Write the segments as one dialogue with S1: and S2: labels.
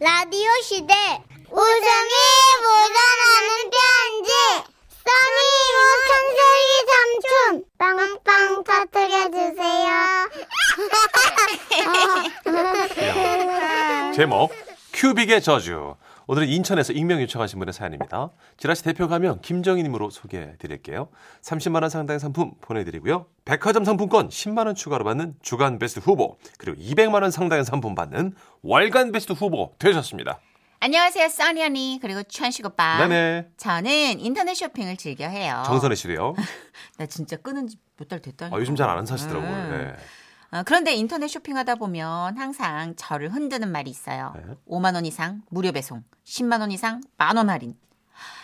S1: 라디오 시대 웃음이 묻어나는 편지 써니 우천세기 삼촌 빵빵 터뜨려주세요
S2: 제목 큐빅의 저주. 오늘은 인천에서 익명 요청하신 분의 사연입니다. 지라시 대표 가면 김정희님으로 소개해 드릴게요. 30만 원 상당의 상품 보내드리고요. 백화점 상품권 10만 원 추가로 받는 주간 베스트 후보 그리고 200만 원 상당의 상품 받는 월간 베스트 후보 되셨습니다.
S3: 안녕하세요, 써니 언니 그리고 천식 오빠.
S2: 네네.
S3: 저는 인터넷 쇼핑을 즐겨 해요.
S2: 정선혜 씨도요.
S3: 나 진짜 끊은 지 몇 달 됐다니까.
S2: 아, 요즘 잘 안 하시더라고요. 네.
S3: 어, 그런데 인터넷 쇼핑하다 보면 항상 저를 흔드는 말이 있어요.
S2: 네.
S3: 5만 원 이상 무료 배송, 10만 원 이상 만 원 할인.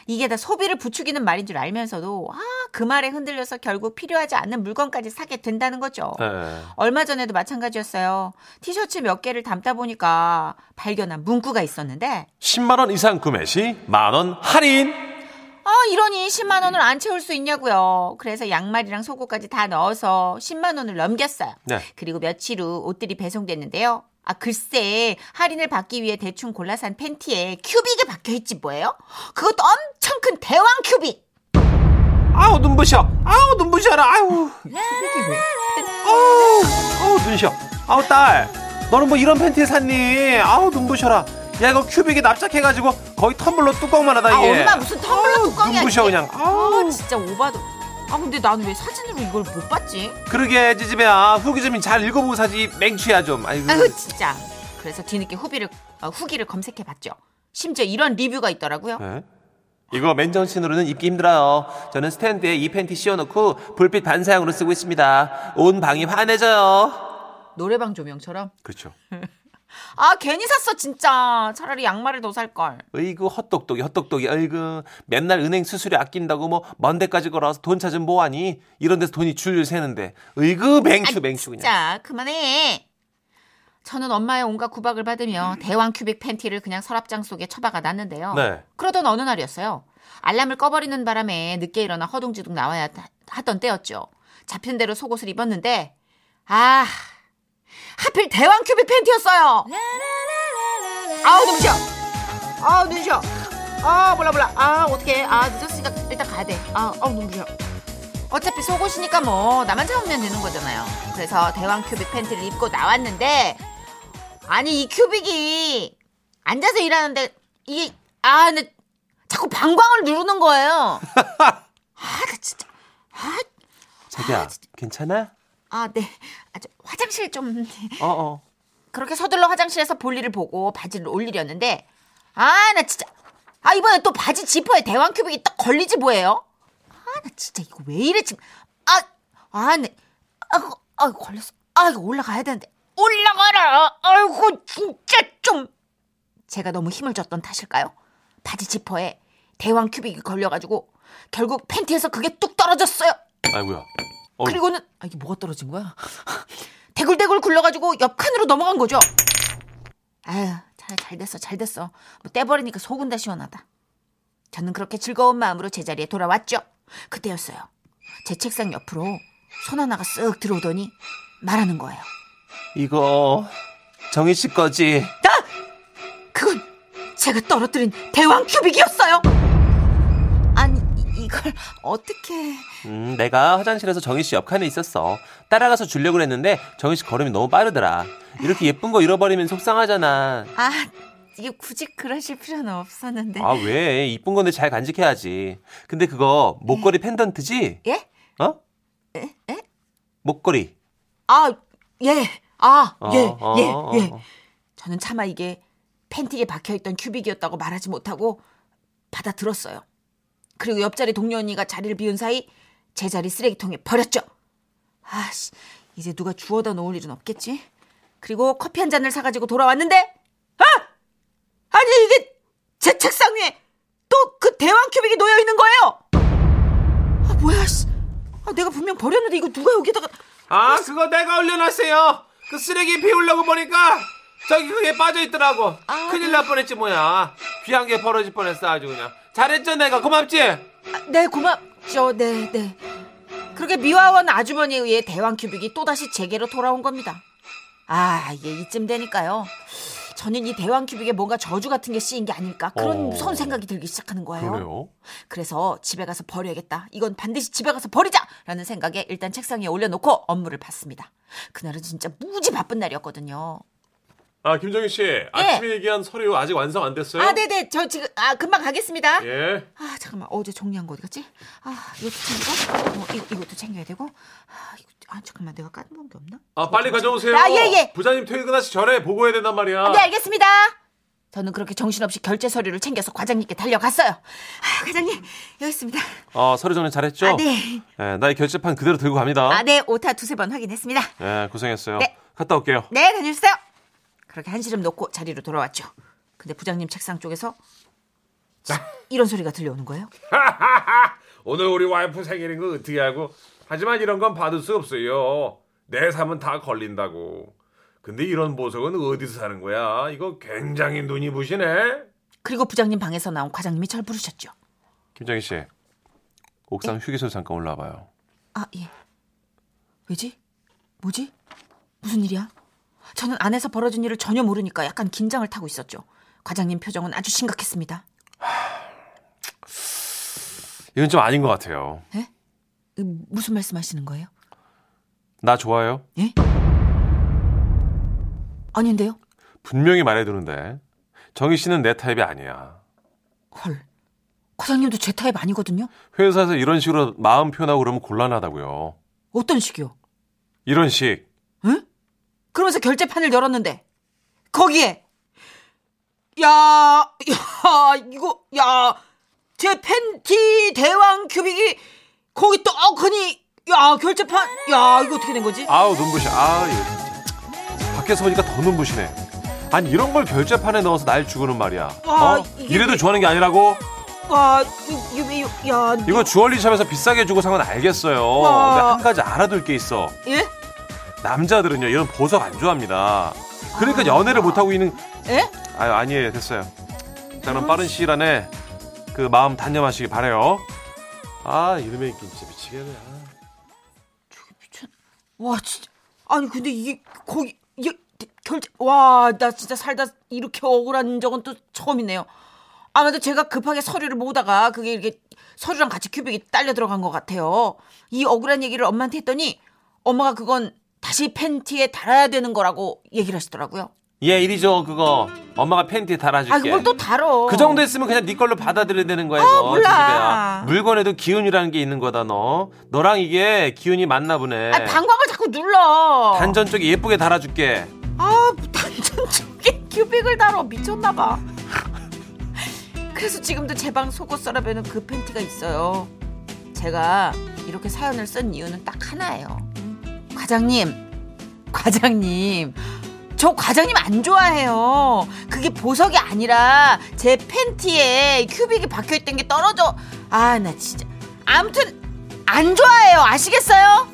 S3: 이게 다 소비를 부추기는 말인 줄 알면서도 아 그 말에 흔들려서 결국 필요하지 않는 물건까지 사게 된다는 거죠.
S2: 네.
S3: 얼마 전에도 마찬가지였어요. 티셔츠 몇 개를 담다 보니까 발견한 문구가 있었는데
S2: 10만 원 이상 구매 시 만 원 할인.
S3: 아, 이러니 10만 원을 안 채울 수 있냐고요. 그래서 양말이랑 속옷까지 다 넣어서 10만 원을 넘겼어요.
S2: 네.
S3: 그리고 며칠 후 옷들이 배송됐는데요. 아, 글쎄, 할인을 받기 위해 대충 골라 산 팬티에 큐빅이 박혀있지 뭐예요? 그것도 엄청 큰 대왕 큐빅!
S2: 아우 눈부셔. 아우 눈부셔라. 아우. 아우, 아우 눈셔. 아우 딸. 너는 뭐 이런 팬티 샀니? 아우 눈부셔라. 야 이거 큐빅이 납작해가지고 거의 텀블러 뚜껑만 하다
S3: 아,
S2: 이게.
S3: 엄마 무슨 텀블러
S2: 예. 아우,
S3: 뚜껑이야.
S2: 눈부셔
S3: 이게.
S2: 그냥.
S3: 아,
S2: 아우.
S3: 진짜 오바도. 아, 근데 난 왜 사진으로 이걸 못 봤지?
S2: 음. 그러게 지지배야 후기 좀 잘 읽어보고 사지 맹취야 좀. 아이고.
S3: 아유 진짜. 그래서 뒤늦게 후기를 어, 후기를 검색해 봤죠. 심지어 이런 리뷰가 있더라고요.
S2: 네? 이거 맨정신으로는 입기 힘들어요. 저는 스탠드에 이 팬티 씌워놓고 불빛 반사형으로 쓰고 있습니다. 온 방이 환해져요.
S3: 노래방 조명처럼.
S2: 그렇죠.
S3: 아 괜히 샀어 진짜. 차라리 양말을 더 살 걸.
S2: 어이구 헛똑똑이 헛똑똑이 어이구 맨날 은행 수수료 아낀다고 뭐 먼데까지 걸어서 돈 찾으면 뭐하니 이런 데서 돈이 줄줄 새는데 어이구 맹추 맹추 그냥
S3: 아, 진짜 그만해. 저는 엄마의 온갖 구박을 받으며 대왕 큐빅 팬티를 그냥 서랍장 속에 처박아 놨는데요.
S2: 음. 네.
S3: 그러던 어느 날이었어요. 알람을 꺼버리는 바람에 늦게 일어나 허둥지둥 나와야 하- 하던 때였죠. 잡힌 대로 속옷을 입었는데 아 하필 대왕 큐빅 팬티였어요. 아우 눈부셔. 아우 눈부셔. 아 몰라 몰라. 아 어떡해. 아 늦었으니까 일단 가야 돼. 아 아우 눈부셔. 어차피 속옷이니까 뭐 나만 잡으면 되는 거잖아요. 그래서 대왕 큐빅 팬티를 입고 나왔는데 아니 이 큐빅이 앉아서 일하는데 이게 아 근데 자꾸 방광을 누르는 거예요. 아나 진짜
S2: 자기야 괜찮아?
S3: 아네 아, 저 화장실 좀 네.
S2: 어어
S3: 그렇게 서둘러 화장실에서 볼일을 보고 바지를 올리려는데 아 나 진짜 아 이번에 또 바지 지퍼에 대왕 큐빅이 딱 걸리지 뭐예요? 아 나 진짜 이거 왜 이래 지금 아, 아아네 아, 그거- 아 걸렸어 아 이거 올라가야 되는데 올라가라 아이고 진짜 좀 제가 너무 힘을 줬던 탓일까요? 바지 지퍼에 대왕 큐빅이 걸려가지고 결국 팬티에서 그게 뚝 떨어졌어요.
S2: 아이고야 어,
S3: 그리고는 아 이게 뭐가 떨어진 거야? 대굴대굴 굴러가지고 옆 칸으로 넘어간 거죠. 아유 잘, 잘 됐어 잘 됐어 뭐 떼버리니까 속은 다 시원하다. 저는 그렇게 즐거운 마음으로 제자리에 돌아왔죠. 그때였어요. 제 책상 옆으로 손 하나가 쓱 들어오더니 말하는 거예요.
S2: 이거 정희 씨 거지
S3: 그건 제가 떨어뜨린 대왕 큐빅이었어요. 아니 이- 이걸 어떻게?
S2: 음 내가 화장실에서 정희 씨 옆칸에 있었어 따라가서 주려고 그랬는데 정희 씨 걸음이 너무 빠르더라 이렇게 예쁜 거 잃어버리면 속상하잖아
S3: 아 이게 굳이 그러실 필요는 없었는데.
S2: 아 왜 이쁜 건데 잘 간직해야지 근데 그거 목걸이
S3: 음.
S2: 펜던트지?
S3: 예?
S2: 어? 목걸이
S3: 아, 예. 아,
S2: 어,
S3: 예,
S2: 어,
S3: 예,
S2: 어,
S3: 예.
S2: 어.
S3: 저는 차마 이게 팬티에 박혀있던 큐빅이었다고 말하지 못하고 받아들었어요. 그리고 옆자리 동료 언니가 자리를 비운 사이 제 자리 쓰레기통에 버렸죠. 아씨, 이제 누가 주워다 놓을 일은 없겠지? 그리고 커피 한 잔을 사가지고 돌아왔는데, 아! 아니, 이게 제 책상 위에 또 그 대왕 큐빅이 놓여있는 거예요! 아, 뭐야, 씨. 아, 내가 분명 버렸는데 이거 누가 여기다가.
S2: 아 그거 내가 올려놨어요 그 쓰레기 비우려고 보니까 저기 그게 빠져있더라고
S3: 아, 네.
S2: 큰일 날 뻔했지 뭐야 귀한 게 벌어질 뻔했어 아주 그냥 잘했죠 내가 고맙지?
S3: 네 고맙죠 네네 그렇게 미화원 아주머니에 의해 대왕 큐빅이 또다시 제게로 돌아온 겁니다 아 이게 이쯤 되니까요 예, 저는 이 대왕 큐빅에 뭔가 저주 같은 게 씌인 게 아닐까 그런
S2: 어.
S3: 무서운 생각이 들기 시작하는 거예요.
S2: 그래요?
S3: 그래서 집에 가서 버려야겠다. 이건 반드시 집에 가서 버리자라는 생각에 일단 책상 위에 올려놓고 업무를 봤습니다. 그날은 진짜 무지 바쁜 날이었거든요.
S2: 아, 김정희 씨. 아침에 얘기한 서류 아직 완성 안 됐어요?
S3: 네. 아, 네네. 저 지금 아 금방 가겠습니다.
S2: 예.
S3: 아, 잠깐만. 어제 정리한 거 어디 갔지? 아, 이것도 챙기고, 어, 이, 이것도 챙겨야 되고. 아, 이거, 아 잠깐만. 내가 까먹은 게 없나?
S2: 아, 빨리 가져오세요.
S3: 아, 예, 예.
S2: 부장님 퇴근하시 전에 보고해야 된단 말이야.
S3: 네, 알겠습니다. 저는 그렇게 정신없이 결제 서류를 챙겨서 과장님께 달려갔어요. 아, 과장님, 여기 있습니다.
S2: 아, 서류 정리 잘했죠?
S3: 아, 네.
S2: 예, 나의 결제판 그대로 들고 갑니다.
S3: 아, 네, 오타 두세 번 확인했습니다.
S2: 예, 고생했어요.
S3: 네.
S2: 갔다 올게요.
S3: 네, 다녀오세요. 그렇게 한시름 놓고 자리로 돌아왔죠. 근데 부장님 책상 쪽에서 이런 소리가 들려오는 거예요.
S4: 오늘 우리 와이프 생일인 거 어떻게 하고 하지만 이런 건 받을 수 없어요 내 삶은 다 걸린다고 근데 이런 보석은 어디서 사는 거야 이거 굉장히 눈이 부시네
S3: 그리고 부장님 방에서 나온 과장님이 절 부르셨죠.
S2: 김정희 씨. 옥상 휴게소 잠깐 올라와 봐요.
S3: 아, 예. 왜지? 뭐지? 무슨 일이야? 저는 안에서 벌어진 일을 전혀 모르니까 약간 긴장을 타고 있었죠. 과장님 표정은 아주 심각했습니다.
S2: 이건 좀 아닌 것 같아요.
S3: 으, 무슨 말씀 하시는 거예요?
S2: 나 좋아요?
S3: 예? 아닌데요?
S2: 분명히 말해두는데. 정희 씨는 내 타입이 아니야.
S3: 헐. 과장님도 제 타입 아니거든요?
S2: 회사에서 이런 식으로 마음 표현하고 그러면 곤란하다고요.
S3: 어떤 식이요?
S2: 이런 식.
S3: 그러면서 결제판을 열었는데 거기에 야, 야, 이거 야, 제 팬티 대왕 큐빅이 거기 떡하니 야, 결제판 야, 이거 어떻게 된 거지?
S2: 아우 눈부셔 아이 진짜 밖에서 보니까 더 눈부시네 아니 이런 걸 결제판에 넣어서 날 죽으는 말이야
S3: 와,
S2: 어?
S3: 이게-
S2: 이래도 좋아하는 게 아니라고
S3: 와, 이- 이거 이거- 야, 예?
S2: 이거 주얼리샵에서 비싸게 주고 산 건 알겠어요
S3: 와.
S2: 근데 한 가지 알아둘 게 있어
S3: 예?
S2: 남자들은요 이런 보석 안 좋아합니다 그러니까 연애를 못하고 있는
S3: 예?
S2: 아유 아니에요 됐어요 자
S3: 아.
S2: 그럼 빠른 시일 안에 그 마음 단념하시기 바래요 아 이놈의 인기 진짜 미치겠네 아.
S3: 와, 진짜. 아니 근데 이게 거기 이게 결제 와, 나 진짜 살다 이렇게 억울한 적은 또 처음이네요. 아마도 제가 급하게 서류를 모으다가 그게 이렇게 서류랑 같이 큐빅이 딸려 들어간 것 같아요. 이 억울한 얘기를 엄마한테 했더니 엄마가 그건 다시 팬티에 달아야 되는 거라고 얘기를 하시더라고요.
S2: 얘 예, 이리 줘 그거 엄마가 팬티에 달아줄게
S3: 아, 그걸 또 달어. 어,
S2: 그 정도 했으면 그냥 네 걸로 받아들여야 되는 거야 이거.
S3: 몰라.
S2: 진지배야. 물건에도 기운이라는 게 있는 거다 너. 너랑 이게 기운이 맞나 보네.
S3: 아, 방광을 자꾸 눌러.
S2: 단전 쪽에 예쁘게 달아줄게.
S3: 아, 단전 쪽에 큐빅을 달아 미쳤나봐. 그래서 지금도 제 방 속옷 서랍에는 그 팬티가 있어요. 제가 이렇게 사연을 쓴 이유는 딱 하나예요. 과장님, 과장님, 저 과장님 안 좋아해요. 그게 보석이 아니라 제 팬티에 큐빅이 박혀 있던 게 떨어져. 아, 나 진짜. 아무튼 안 좋아해요. 아시겠어요?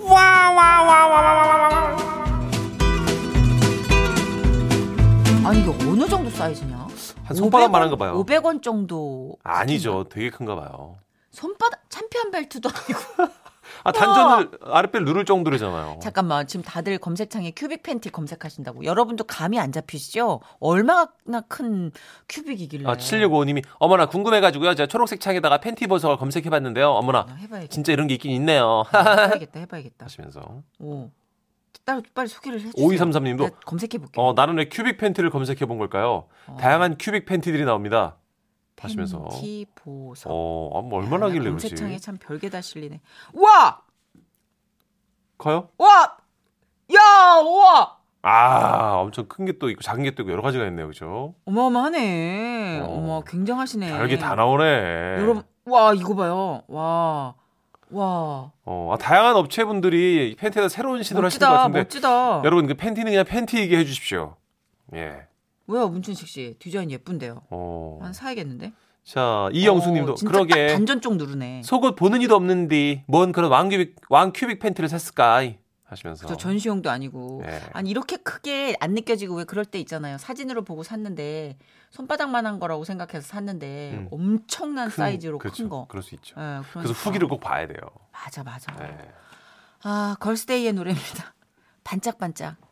S3: 아니 이게 어느 정도 사이즈냐?
S2: 한 손바닥만 한가 봐요.
S3: 500원 정도.
S2: 아니죠. 되게 큰가 봐요.
S3: 손바닥 참피한 벨트도 아니고.
S2: 아 단전을 아랫배 누를 정도로잖아요.
S3: 잠깐만 지금 다들 검색창에 큐빅 팬티 검색하신다고 여러분도 감이 안 잡히시죠? 얼마나 큰 큐빅이길래?
S2: 아 7655님이 어머나 궁금해가지고요. 제가 초록색 창에다가 팬티 보석을 검색해봤는데요. 어머나
S3: 아, 해봐야겠다.
S2: 진짜 이런 게 있긴 있네요.
S3: 해봐야겠다. 해봐야겠다.
S2: 하시면서
S3: 오. 따로 빨리 소개를 해주세요. 네,
S2: 5233님도
S3: 검색해 볼게. 요
S2: 어 나는 왜 큐빅 팬티를 검색해본 걸까요?
S3: 어.
S2: 다양한 큐빅 팬티들이 나옵니다. 하시면서
S3: 팬티 보석.
S2: 어, 아, 뭐 얼마나 하길래 그러지?
S3: 음, 검색창에 참 별게 다 실리네. 와,
S2: 커요?
S3: 와, 야, 와.
S2: 아, 엄청 큰 게 또 있고 작은 게 또 있고 여러 가지가 있네요. 그죠?
S3: 어마어마하네.
S2: 어.
S3: 어. 머 굉장하시네.
S2: 별게 다 나오네.
S3: 여러분, 와 이거 봐요. 와, 와.
S2: 어, 아, 다양한 업체분들이 이 팬티에다 새로운 시도를 하시는 것
S3: 멋지다,
S2: 같은데
S3: 멋지다.
S2: 여러분 그 팬티는 그냥 팬티 얘기해 주십시오. 예.
S3: 왜요, 문춘식 씨? 디자인 예쁜데요.
S2: 어.
S3: 한 사야겠는데.
S2: 자, 이영숙 님도
S3: 어, 진짜
S2: 그러게
S3: 딱 단전 쪽 누르네.
S2: 속옷 보는 이도 없는디 뭔 그런 왕큐빅 왕큐빅 팬티를 샀을까? 이 하시면서
S3: 저 전시용도 아니고.
S2: 예.
S3: 아니 이렇게 크게 안 느껴지고 왜 그럴 때 있잖아요. 사진으로 보고 샀는데 손바닥만한 거라고 생각해서 샀는데
S2: 음.
S3: 엄청난
S2: 큰-
S3: 사이즈로 큰
S2: 그렇죠.
S3: 거.
S2: 그럴 수 있죠.
S3: 예, 그러니까.
S2: 그래서 후기를 꼭 봐야 돼요.
S3: 맞아 맞아.
S2: 예.
S3: 아 걸스데이의 노래입니다. 반짝반짝.